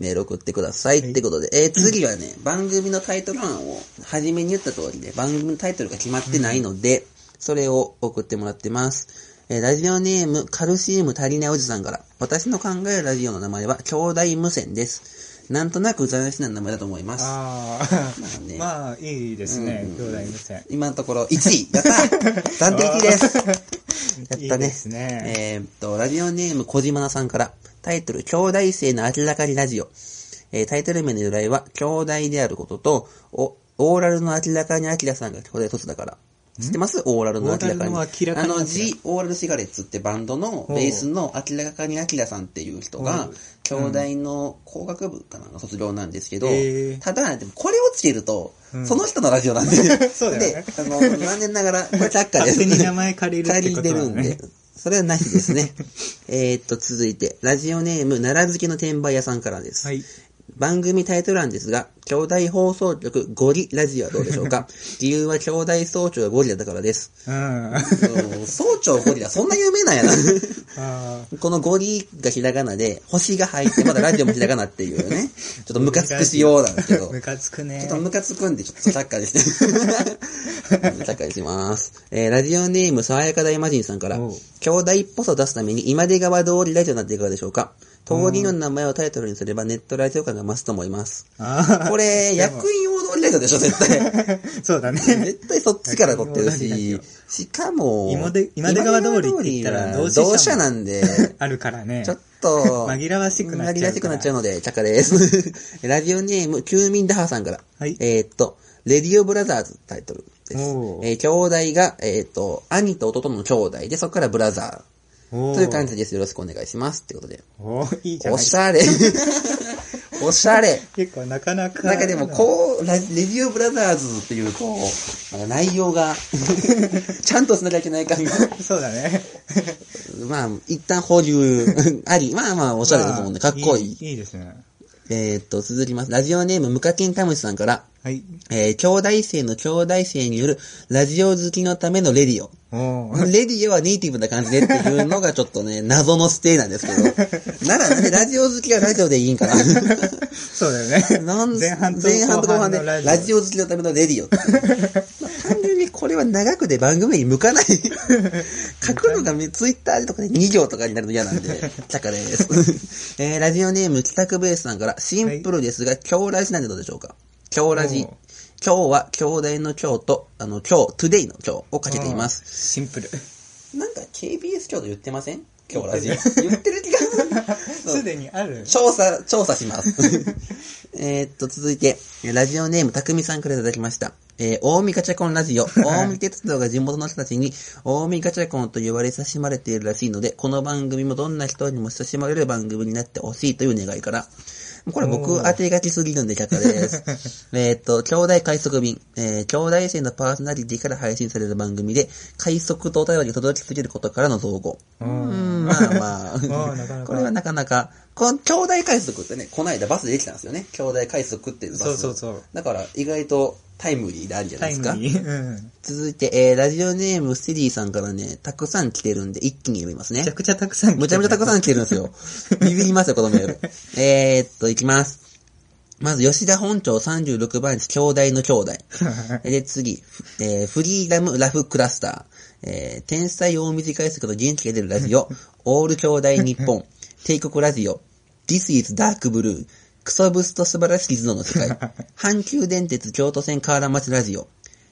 Speaker 1: メール送ってくださいってことで、えー、次はね、番組のタイトル案を、初めに言った通りで、番組のタイトルが決まってないので、それを送ってもらってます。えーラジオネーム、カルシウム足りないおじさんから、私の考えるラジオの名前は、兄弟無線です。なんとなく斬新な名前だと思います。
Speaker 2: あ
Speaker 1: あね
Speaker 2: あ、まあいいですね、兄弟無線。
Speaker 1: 今のところ1位やったー暫定1位ですやったね。
Speaker 2: [LAUGHS] いいですね
Speaker 1: えーっと、ラジオネーム小島菜さんから、タイトル、兄弟生の明らかにラジオ。えータイトル名の由来は、兄弟であることと、おオーラルの明らかにアキラさんが兄弟卒だから。知ってますオーラルの明らかに。
Speaker 2: オーラルの明らか
Speaker 1: あ
Speaker 2: に
Speaker 1: の、ジ・オーラルシガレッツってバンドのベースの明らかにアキラさんっていう人が、兄弟の工学部かなんか卒業なんですけど、
Speaker 2: へー
Speaker 1: ただ、でもこれをつけると、
Speaker 2: うん
Speaker 1: その人のラジオなんで、
Speaker 2: [LAUGHS] そうだよね
Speaker 1: で、あの、残念ながら、これ却下で
Speaker 2: 勝
Speaker 1: す。
Speaker 2: 手に名前借りるって
Speaker 1: 借
Speaker 2: こ
Speaker 1: りて
Speaker 2: とな
Speaker 1: るん
Speaker 2: のね
Speaker 1: で。。それはなしです
Speaker 2: [LAUGHS]
Speaker 1: ね。えーっと、続いて、ラジオネーム、奈良漬けの転売屋さんからです。
Speaker 2: はい。
Speaker 1: 番組タイトル欄ですが、兄弟放送局ゴリラジオはどうでしょう
Speaker 2: [LAUGHS]
Speaker 1: か理由は兄弟総長がゴリラだからです。
Speaker 2: うん。 [LAUGHS] あ
Speaker 1: そう総長ゴリラ、そんな有名なん
Speaker 2: [LAUGHS]
Speaker 1: やな。
Speaker 2: あ。
Speaker 1: このゴリがひらがなで、星が入って、まだラジオもひらがなっていうね。ちょっとムカつくしようなんですけど。
Speaker 2: ムカつく
Speaker 1: ちょ
Speaker 2: ね
Speaker 1: っ。とムカつくんで、ちょっとサッカーです [LAUGHS] ね。サッカーにします。えー、ラジオネーム、爽やか大魔人さんから、
Speaker 2: おう
Speaker 1: 兄弟っぽさを出すために今出川通りラジオになっていかがでしょうか通りの名前をタイトルにすればネットラジオ感が増すと思います。
Speaker 2: あ
Speaker 1: これ、役員用通りラジオでしょ、絶
Speaker 2: [LAUGHS]
Speaker 1: 対。
Speaker 2: あ。そうだね。
Speaker 1: 絶対そっちから撮ってる
Speaker 2: 役員用
Speaker 1: し
Speaker 2: 通り、
Speaker 1: しかも、
Speaker 2: 今出今出川通りって言ったら同志社も
Speaker 1: 同社なんで、
Speaker 2: [LAUGHS] あるからね
Speaker 1: ちょ。っと、
Speaker 2: [LAUGHS] 紛らわしくなっちゃうから
Speaker 1: 紛らわしくなっちゃうので、チャカ
Speaker 2: [LAUGHS]
Speaker 1: です。ラジオネーム、休眠ダハさんから。
Speaker 2: はい
Speaker 1: えーっと、レディオブラザーズタイトルです。え
Speaker 2: お
Speaker 1: ー
Speaker 2: ー
Speaker 1: 兄弟が、えーっと、兄と弟の兄弟で、そこからブラザー。
Speaker 2: おー
Speaker 1: という感じです。よろしくお願いします。ってことで。
Speaker 2: おーいいじゃな
Speaker 1: お
Speaker 2: い
Speaker 1: しゃれ。
Speaker 2: [LAUGHS]
Speaker 1: おしゃれ。
Speaker 2: 結構なかなか。
Speaker 1: なんかでも、こう、ラレディオブラザーズっていう、こう、なんか内容
Speaker 2: [LAUGHS]
Speaker 1: が、ちゃんとしなきゃいけない感が。
Speaker 2: う。そうだね。
Speaker 1: まあ、一旦保留あり。まあまあ、おしゃれですもんね。かっこいい
Speaker 2: まあいいですね。
Speaker 1: えーっと、続きます。ラジオネーム、ムカキンタムシさんから、
Speaker 2: はい。
Speaker 1: えー、兄弟生の兄弟生によるラジオ好きのためのレディオ。
Speaker 2: おー [LAUGHS]
Speaker 1: レディオはネイティブな感じでっていうのがちょっとね、謎のステイなんですけど。ならなんでラジオ好きはラジオでいいんかな。
Speaker 2: そうだよね。
Speaker 1: なん
Speaker 2: 前半と
Speaker 1: 前半と後半で、
Speaker 2: の
Speaker 1: ラジオ好きのためのレディオっていう。まあ単純にこれは長くで番組に向か [LAUGHS] ない。書くのがめツイッターとかで2行とかになるの嫌なんで、チャカです。 [LAUGHS] えー、ラジオネーム、帰宅ベースさんから、シンプルですが、今日ラジなんでどうでしょうか今日ラジ
Speaker 2: おう。
Speaker 1: 今日は兄弟の今日と、あの、今日、トゥデイの今日をかけています。
Speaker 2: シンプル。
Speaker 1: なんか KBS 京都言ってません今日ラジ。言ってる気が [LAUGHS] する。
Speaker 2: すでにある。
Speaker 1: 調査、調査します。 [LAUGHS] えーっと、続いて、ラジオネーム、たくみさんからいただきました。えー、大見ガチャコンラジオ。大見鉄道が地元の人たちに、大見ガチャコンと言われ親しまれているらしいので、この番組もどんな人にも親しまれる番組になってほしいという願いから。これ僕
Speaker 2: おー
Speaker 1: 当て書きすぎるんで却下
Speaker 2: [LAUGHS]
Speaker 1: です。えーっと、兄弟快速便。えー、兄弟生のパーソナリティから配信される番組で、快速とお便りが届きすぎることからの造語。うーん、まあま
Speaker 2: [LAUGHS]
Speaker 1: あ。
Speaker 2: ーなかなか
Speaker 1: これはなかなか、この兄弟快速ってね、こないだバスでできたんですよね。兄弟快速っていうバス。
Speaker 2: そうそうそう。
Speaker 1: だから意外とタイムリーであるじゃな
Speaker 2: タ
Speaker 1: いで
Speaker 2: イ
Speaker 1: す
Speaker 2: ム
Speaker 1: か。
Speaker 2: に。うん。
Speaker 1: 続いて、えー、ラジオネームステリーさんからね、たくさん来てるんで一気に読みます
Speaker 2: め
Speaker 1: ね
Speaker 2: ちゃ。くちゃたくさん来てる
Speaker 1: むちゃむちゃたくさん来てるんですよ。ビビりますよ、このメール。えーっと、いきます。まず、吉田本町36番地、兄弟の兄弟。 [LAUGHS] で、次、ふえーフリーダムラフクラスター。えー天才大水解析の元気が出るラジオ。オール兄弟日本。帝国ラジオ。This is Dark Blue。クソブスと素晴らしき頭脳の世界。阪急電鉄京都線河原町ラジオ。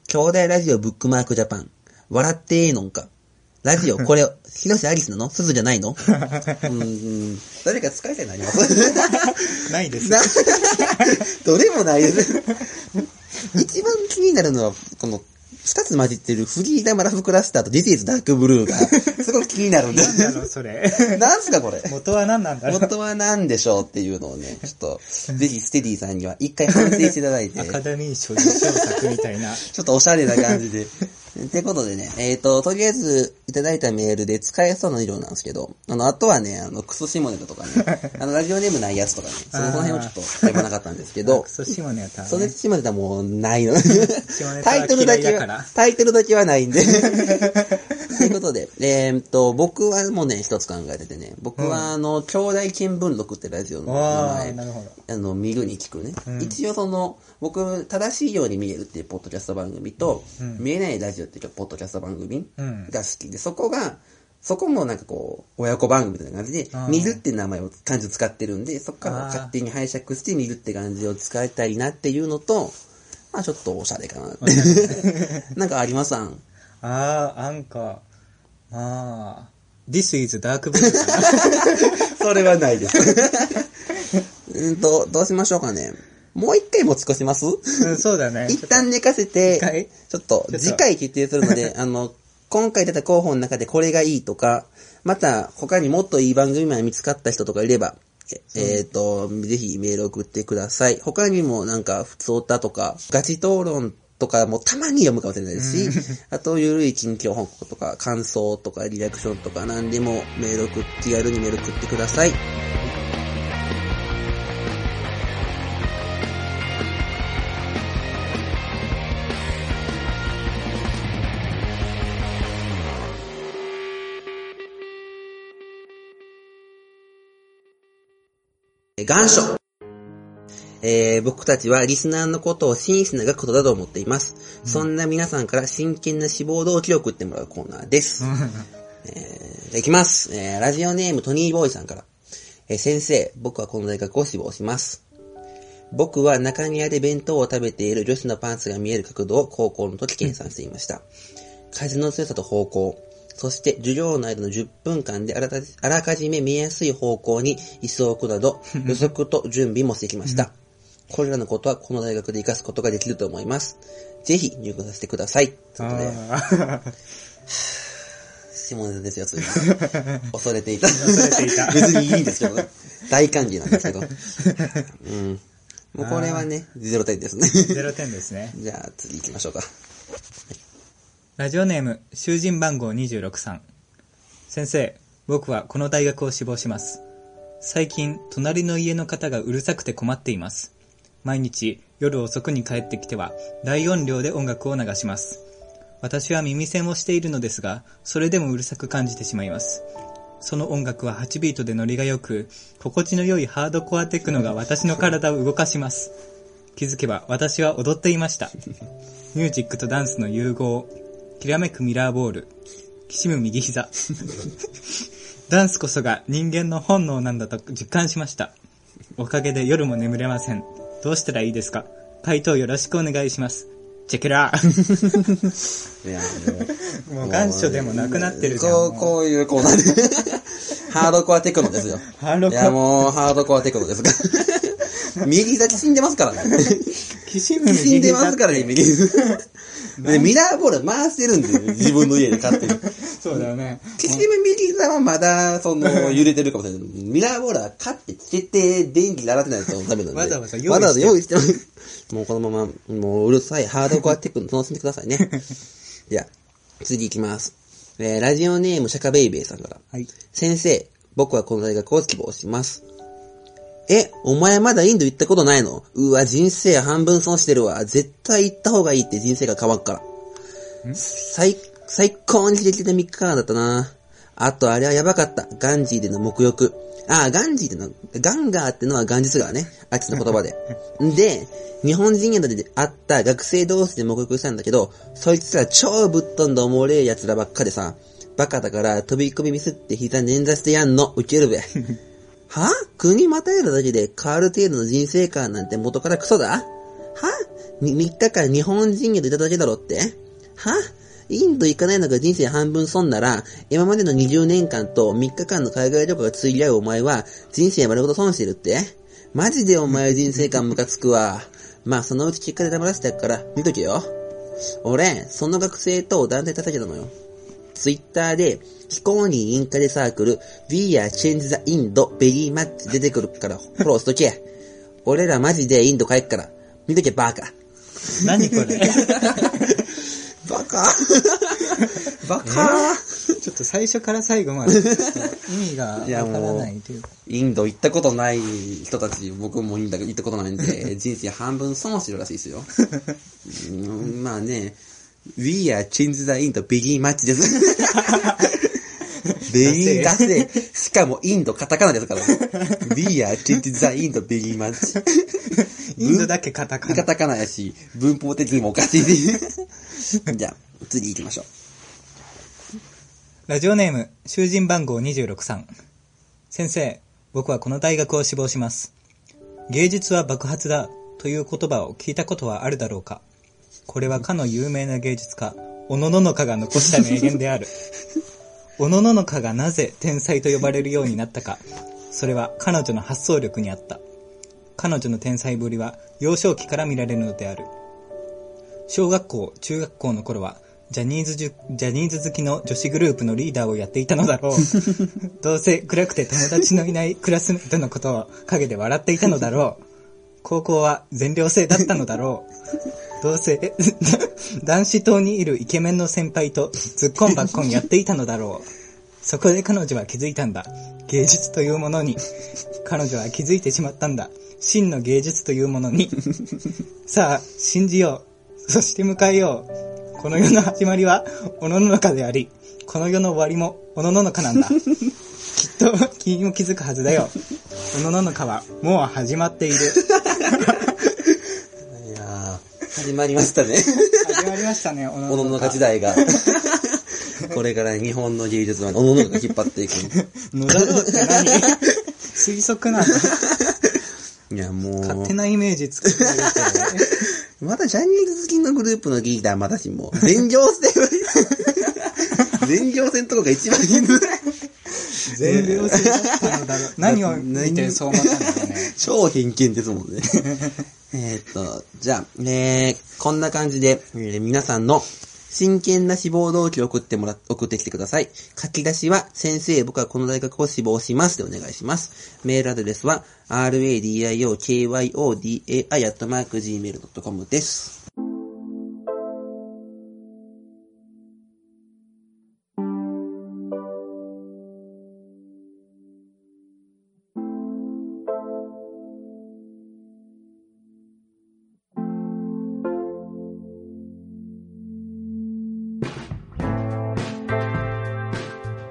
Speaker 1: 兄弟ラジオブックマークジャパン。笑ってええのんか。ラジオ、これ、広瀬アリスなの鈴じゃないのうーん。誰か使いたい [LAUGHS] のあります
Speaker 2: [LAUGHS] ないです。
Speaker 1: な [LAUGHS] どれもないです。一番気になるのは、この、二つ混じってるフリーダムラフクラスターとディスイズダークブルー [LAUGHS] が、すごく気になるんで
Speaker 2: なん
Speaker 1: す。
Speaker 2: なのそ
Speaker 1: [LAUGHS]
Speaker 2: れ。
Speaker 1: なんすかこれ。
Speaker 2: 元は何なんだろう。
Speaker 1: 元は何でしょうっていうのをね、ちょっと、ぜひステディさんには一回反省していただいて
Speaker 2: ア、カデミー賞受賞作みたいな。
Speaker 1: ちょっとおしゃれな感 [LAUGHS] じで。ってことでね、えっ、と、とりあえず、いただいたメールで使えそうな色なんですけど、あの、あとはね、あの、クソシモネタとかね、あの、ラジオネームないやつとかね、そのその辺はちょっと買いなかったんです [LAUGHS] け [LAUGHS] ど
Speaker 2: ク、ソ下ネタ
Speaker 1: それ
Speaker 2: ね。
Speaker 1: 島根たもうないの。
Speaker 2: ネタ
Speaker 1: タイ
Speaker 2: は
Speaker 1: トル
Speaker 2: 嫌
Speaker 1: だ
Speaker 2: い
Speaker 1: け
Speaker 2: だから
Speaker 1: は、タイトルだけはない
Speaker 2: [LAUGHS]
Speaker 1: んで。ということで、えーっと、僕はもうね、一つ考えててね、僕はあの、兄弟見聞録ってラジオの
Speaker 2: ああ、
Speaker 1: 名
Speaker 2: な
Speaker 1: 前、
Speaker 2: るほど。
Speaker 1: あの、見るに聞くね。
Speaker 2: うん
Speaker 1: 一応その、僕、正しいように見えるっていうポッドキャスト番組と、
Speaker 2: うん
Speaker 1: 見えないラジオっていうポッドキャスト番組
Speaker 2: うん。
Speaker 1: が好きで、そこが、そこもなんかこう、親子番組みたいな感じで
Speaker 2: あ、ー
Speaker 1: 見るって名前を漢字使ってるんで、そこから勝手に拝借して見るって感じを使えたいなっていうのと、まあちょっとおしゃれかなって。 [LAUGHS] なんかありますあん。
Speaker 2: ああ、なんか、まあ、This is Dark Blue かな。
Speaker 1: [LAUGHS] それはないです。うんと、どうしましょうかね。もう一回持ち越します
Speaker 2: うんそうだね。
Speaker 1: 一旦寝かせ
Speaker 2: 一回
Speaker 1: て、ちょっと
Speaker 2: ちょっと
Speaker 1: 次回決定するの
Speaker 2: [LAUGHS]
Speaker 1: で、あの、今回出た候補の中でこれがいいとか、また他にもっといい番組が見つかった人とかいれば、ええっ、と、ぜひメール送ってください。他にもなんか、普通歌とか、ガチ討論とかもたまに読むかもしれないです [LAUGHS] し、あと、ゆるい近況報告とか、感想とか、リアクションとか、何でもメール送って、気軽にメール送ってください。えー願書。えー僕たちはリスナーのことを真摯な学徒だと思っています。そんな皆さんから真剣な志望動機を送ってもらうコーナーです。えーじゃあいきます。えーラジオネームトニーボーイさんから。えー先生、僕はこの大学を志望します。僕は中庭で弁当を食べている女子のパンツが見える角度を高校の時計算していました。風の強さと方向、そして授業の間の10分間であらたあらかじめ見えやすい方向に椅子を置くな
Speaker 2: [LAUGHS]
Speaker 1: ど、予測と準備もしてきました。これらのことはこの大学で活かすことができると思います。ぜひ入学させてください。ということで、
Speaker 2: あー
Speaker 1: 下ネタですよ、ついに。
Speaker 2: [LAUGHS]
Speaker 1: 恐れていた。
Speaker 2: 恐れていた
Speaker 1: [LAUGHS] 別にいいんですけどね、大歓迎なんですけど。うん。もうこれはね、ゼロ点ですね。 [LAUGHS]
Speaker 2: ゼロ点ですね。
Speaker 1: じゃあ次行きましょうか。
Speaker 2: ラジオネーム、囚人番号26さん。先生、僕はこの大学を志望します。最近、隣の家の方がうるさくて困っています。毎日、夜遅くに帰ってきては、大音量で音楽を流します。私は耳栓をしているのですが、それでもうるさく感じてしまいます。その音楽は8ビートでノリが良く、心地の良いハードコアテクノが私の体を動かします。気づけば私は踊っていました。ミュージックとダンスの融合。きらめくミラーボール。きしむ右膝。 [LAUGHS] ダンスこそが人間の本能なんだと実感しました。おかげで夜も眠れません。どうしたらいいですか回答よろしくお願いします。チェケラー
Speaker 1: [LAUGHS] いや、
Speaker 2: もう願書でもなくなってるじゃん。
Speaker 1: こう、
Speaker 2: もう
Speaker 1: こういうコーナーで。
Speaker 2: [LAUGHS]
Speaker 1: ハードコアテクノですよ。
Speaker 2: ハロ
Speaker 1: いや、
Speaker 2: コ、
Speaker 1: もう、ハードコアテクノです
Speaker 2: [LAUGHS]
Speaker 1: が。右だけ死んでますからね。
Speaker 2: きしむ
Speaker 1: 死
Speaker 2: 右
Speaker 1: んでま
Speaker 2: 膝
Speaker 1: す。からね、右。で、ミラーボール回してるんで、自分の家で勝手に。
Speaker 2: そうだよね。
Speaker 1: キシムミリーさんはまだ、その、揺れてるかもしれない。ミラーボールは買ってつけて、電気洗ってないとダメなんで。
Speaker 2: わざわざ用意して
Speaker 1: わざわざ用意してます。もうこのまま、もううるさいハードコアテックの楽しんでください
Speaker 2: [LAUGHS]
Speaker 1: ね。じゃあ、次行きます。えー、ラジオネームシャカベイベーさんから。
Speaker 2: はい。
Speaker 1: 先生、僕はこの大学を希望します。え、お前まだインド行ったことないのうわ、人生半分損してるわ。絶対行った方がいいって人生が変わっから。最、最高に刺激的な3日間だったな。あと、あれはやばかった。ガンジーでの沐浴。ああ、ガンジーでの、ガンガーってのはガンジス川ね。あっちの言葉で。で、日本人宿で会った学生同士で沐浴したんだけど、そいつら超ぶっ飛んだおもれえ奴らばっかでさ、バカだから飛び込みミスって膝捻挫してやんの、ウケるべ。は国またいだだけで変わる程度の人生観なんて元からクソだはに ?3 日間日本人へといただけだろってはインド行かないのが人生半分損なら、今までの20年間と3日間の海外旅行が費やうお前は、人生丸ごと損してるってマジでお前人生観ムカつくわ。まあそのうち結果で黙らせてやっから、見とけよ。俺、その学生と団体叩けたのよ。ツイッターで、非公認インカレサークル、We are change the Indo ベリーマッチ出てくるから、フォローしとけ。俺らマジでインド帰っから。見とけ、バカ。
Speaker 2: 何これ
Speaker 1: バカ [LAUGHS] バカ
Speaker 2: ちょっと最初から最
Speaker 1: [LAUGHS]
Speaker 2: 後まで、ちょっと意味がわからないというか。
Speaker 1: インド行ったことない人たち、僕もインド行ったことないん [LAUGHS] で、人生半分損してるらしいです [LAUGHS] よ。うんまあね、We are change the Indo ベギーマッチ [LAUGHS] です。ベギーだせ。しかもインドカタカナです [LAUGHS] から。We are change the Indo ベギーマッチ。
Speaker 2: インドだけカタカ
Speaker 1: カ
Speaker 2: ナ。
Speaker 1: タカナやし、文法的にもおかしい。 [LAUGHS] じゃあ、次行きましょう。
Speaker 2: ラジオネーム、囚人番号26さん。先生、僕はこの大学を志望します。芸術は爆発だという言葉を聞いたことはあるだろうかこれはかの有名な芸術家、小野ののかが残した名言である。小野ののかがなぜ天才と呼ばれるようになったか、それは彼女の発想力にあった。彼女の天才ぶりは幼少期から見られるのである。小学校、中学校の頃は、ジャニーズじゅ、ジャニーズ好きの女子グループのリーダーをやっていたのだろう。どうせ暗くて友達のいないクラスメートのことを陰で笑っていたのだろう。高校は全寮制だったのだろう。どうせ、 [LAUGHS] え男子校にいるイケメンの先輩とずっこんばっこんやっていたのだろう。そこで彼女は気づいたんだ。芸術というものに。彼女は気づいてしまったんだ。真の芸術というものに。さあ、信じよう。そして迎えよう。この世の始まりは、おのののかであり、この世の終わりも、おのののかなんだ。きっと、君も気づくはずだよ。おのののかは、もう始まっている。
Speaker 1: いやー、始まりま [LAUGHS] したね。
Speaker 2: 始まりましたね、おの
Speaker 1: おの
Speaker 2: の
Speaker 1: の
Speaker 2: の
Speaker 1: か
Speaker 2: か
Speaker 1: 時。代が。これから日本の芸術はおののかが引っ張っていく。
Speaker 2: のだろうって何推測なんだ。
Speaker 1: いや、も
Speaker 2: 勝
Speaker 1: う
Speaker 2: 手。なイメージ作ってるけどね。
Speaker 1: まだジャニーズ好きのグループのリーダーまだしも、全業戦全業戦とかが一番人数
Speaker 2: 全寮制だったのだろう。何を見てそう思ったんだろうね。
Speaker 1: [LAUGHS] 超偏見ですもんね。えーっと、じゃあ、えー、こんな感じで、えー皆さんの真剣な志望動機を送ってもら、送ってきてください。書き出しは、先生、僕はこの大学を志望しますでお願いします。メールアドレスは、radiokyoodai.gmail.com です。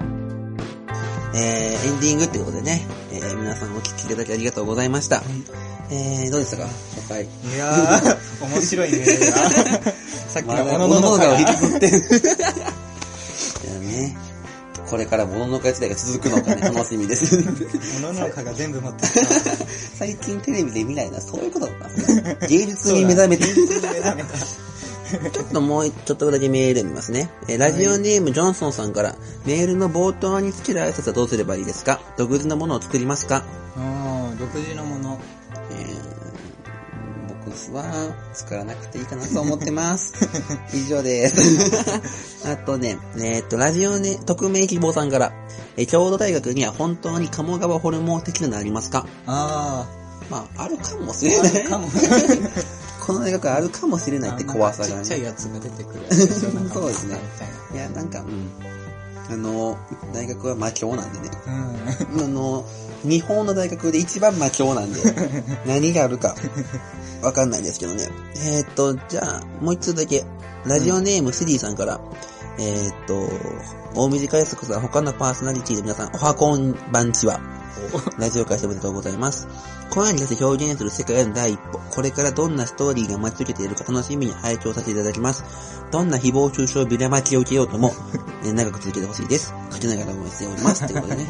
Speaker 1: えー、エンディングってことでね、えー、皆さんお聞きいただきありがとうございました。えー、どうでしたか今回。
Speaker 2: いやー、面白 [LAUGHS] いね。さっき
Speaker 1: まだ
Speaker 2: の
Speaker 1: も
Speaker 2: も
Speaker 1: ののの
Speaker 2: ののの
Speaker 1: か
Speaker 2: か
Speaker 1: を
Speaker 2: を
Speaker 1: 引
Speaker 2: 引
Speaker 1: き
Speaker 2: き [LAUGHS]
Speaker 1: ずってる。だよね。これからもののか時代が続くのかね、楽しみです。
Speaker 2: [LAUGHS] もののかが全部持ってきた。
Speaker 1: 最近テレビで見ないな、そういうこと
Speaker 2: [LAUGHS]
Speaker 1: だった。芸術に目覚めて。
Speaker 2: 目覚めた。
Speaker 1: ちょっともうちょっとだけメール見ますね。えーラジオネームジョンソンさんから、メールの冒頭につける挨拶はどうすればいいですか独自のものを作りますか
Speaker 2: うん、独自のもの。
Speaker 1: えー僕は作らなくていいかなと思って
Speaker 2: [LAUGHS]
Speaker 1: ます。以上です。 [LAUGHS] あとね、えーっと、ラジオね、匿名希望さんから、えー、京都大学には本当に鴨川ホルモン的なのありますか
Speaker 2: あ
Speaker 1: まあ、あるかもし
Speaker 2: ー、
Speaker 1: れ
Speaker 2: あ
Speaker 1: ない
Speaker 2: [LAUGHS] る。かも。
Speaker 1: この大学あるかもしれないって怖さ
Speaker 2: あ
Speaker 1: が
Speaker 2: んかちっちゃい
Speaker 1: ね。
Speaker 2: やつが出てくる。
Speaker 1: [LAUGHS] そうですねいや、なんか、うん。あの、大学は魔境なんでね。
Speaker 2: うん。
Speaker 1: あの、日本の大学で一番魔境なんで、何があるか、わかんないですけどね。えーっと、じゃあ、もう一つだけ、ラジオネームシリーさんから、えーっと、大短い速さ他のパーソナリティの皆さん、おはこんばんちは。ラジオ会社おめでとうございます。声に出して表現する世界への第一歩。これからどんなストーリーが待ち受けているか楽しみに拝聴させていただきます。どんな誹謗中傷ビラ巻きを受けようと [LAUGHS] も、えー長く続けてほしいです。かけながら応援しております。ということ [LAUGHS] でね。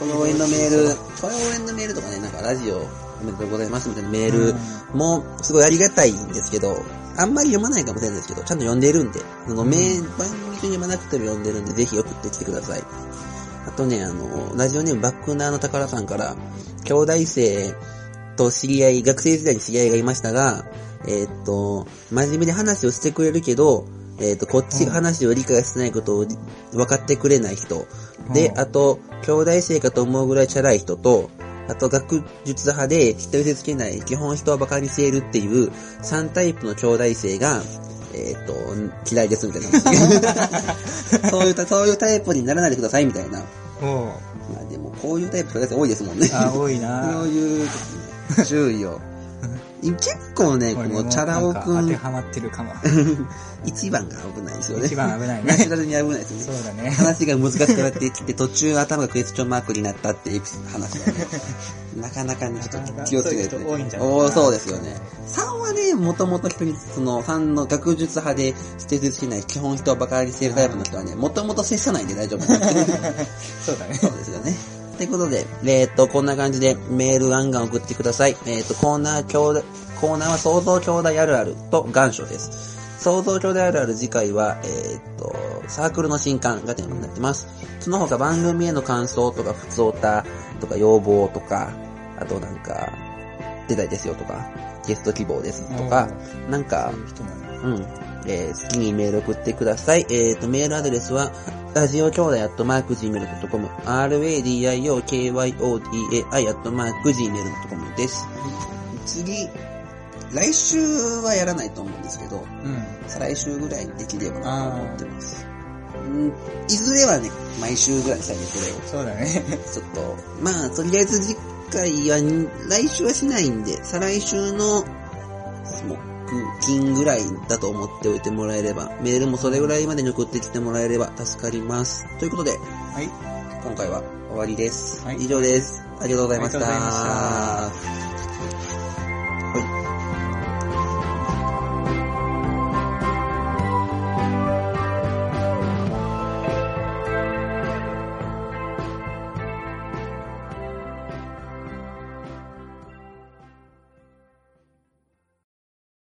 Speaker 1: この応援のメール、これ応援のメールとかね、なんかラジオおめでとうございますみたいなメール、もう、すごいありがたいんですけど、あんまり読まないかもしれないですけど、ちゃんと読んでいるんで、その、名番組中に読まなくても読んでるんで、ぜひ送ってきてください。あとね、あの、ラジオネームバックナーの宝さんから、兄弟生と知り合い、学生時代に知り合いがいましたが、えーっと、真面目に話をしてくれるけど、えーっと、こっちが話を理解してないことをり分かってくれない人。で
Speaker 2: う、ん
Speaker 1: あと、兄弟生かと思うぐらいチャラい人と、あと、学術派で人寄せつけない、基本人を馬鹿にしているっていう、3タイプの兄弟生が、えーっと、嫌いですみたい
Speaker 2: [LAUGHS]
Speaker 1: な話。そういうた、そういうタイプにならないでくださいみたいな。
Speaker 2: おう
Speaker 1: まあでも、こういうタイプの方多いですもんね。
Speaker 2: あ、
Speaker 1: そ
Speaker 2: 多い
Speaker 1: [LAUGHS]
Speaker 2: うな
Speaker 1: いう、注意
Speaker 2: [LAUGHS]
Speaker 1: を。結構ね、このチャラ
Speaker 2: を
Speaker 1: 男く
Speaker 2: 当て
Speaker 1: ん、
Speaker 2: はまってるかも。
Speaker 1: 一番が危ないですよね。
Speaker 2: 一番危ない
Speaker 1: ナチ [LAUGHS]
Speaker 2: ね。
Speaker 1: ュラルに危ないです
Speaker 2: そ
Speaker 1: よね。
Speaker 2: うだ
Speaker 1: [LAUGHS]
Speaker 2: ね。
Speaker 1: 話が難しくなってきて、途中頭がクエスチョンマークになったっていう話だね。
Speaker 2: [LAUGHS]
Speaker 1: なかなかね、ちょっと気をつけないとね。
Speaker 2: そういう人多いんじゃないかな
Speaker 1: おーそうですよね。3はね、もともと人に、その、3の学術派で捨てずしない、基本人をバカにしているタイプの人はね、もともと接さないんで大丈夫なんですよ
Speaker 2: そうだね。
Speaker 1: そうですよね。ということで、えーっと、こんな感じでメールガンガン送ってください。えーっと、コーナー兄弟、コーナーは想像兄弟あるあると願書です。想像兄弟あるある次回は、えーっと、サークルの新刊がテーマになってます。その他番組への感想とか、普通歌とか要望とか、あとなんか、出たいですよとか、ゲスト希望ですとか、なんか
Speaker 2: そう、いう人なんだ
Speaker 1: うん。えー好きにメール送ってください。えっ、と、メールアドレスは、ラジオ兄弟アットマーク Gmail.com、radiokyoodai アットマーク Gmail.com です。次、来週はやらないと思うんですけど、
Speaker 2: うん。
Speaker 1: 再来週ぐらいにできればなと思ってます。うん、いずれはね、毎週ぐらいにしたいんですけど、
Speaker 2: そうだね。
Speaker 1: ちょっと、まあ、とりあえず次回はに、来週はしないんで、再来週の、木、金ぐらいだと思っておいてもらえれば、メールもそれぐらいまでに送ってきてもらえれば助かります。ということで、
Speaker 2: はい。
Speaker 1: 今回は終わりです。
Speaker 2: はい
Speaker 1: 以上です。ありがとうございました。
Speaker 2: ありがとうございました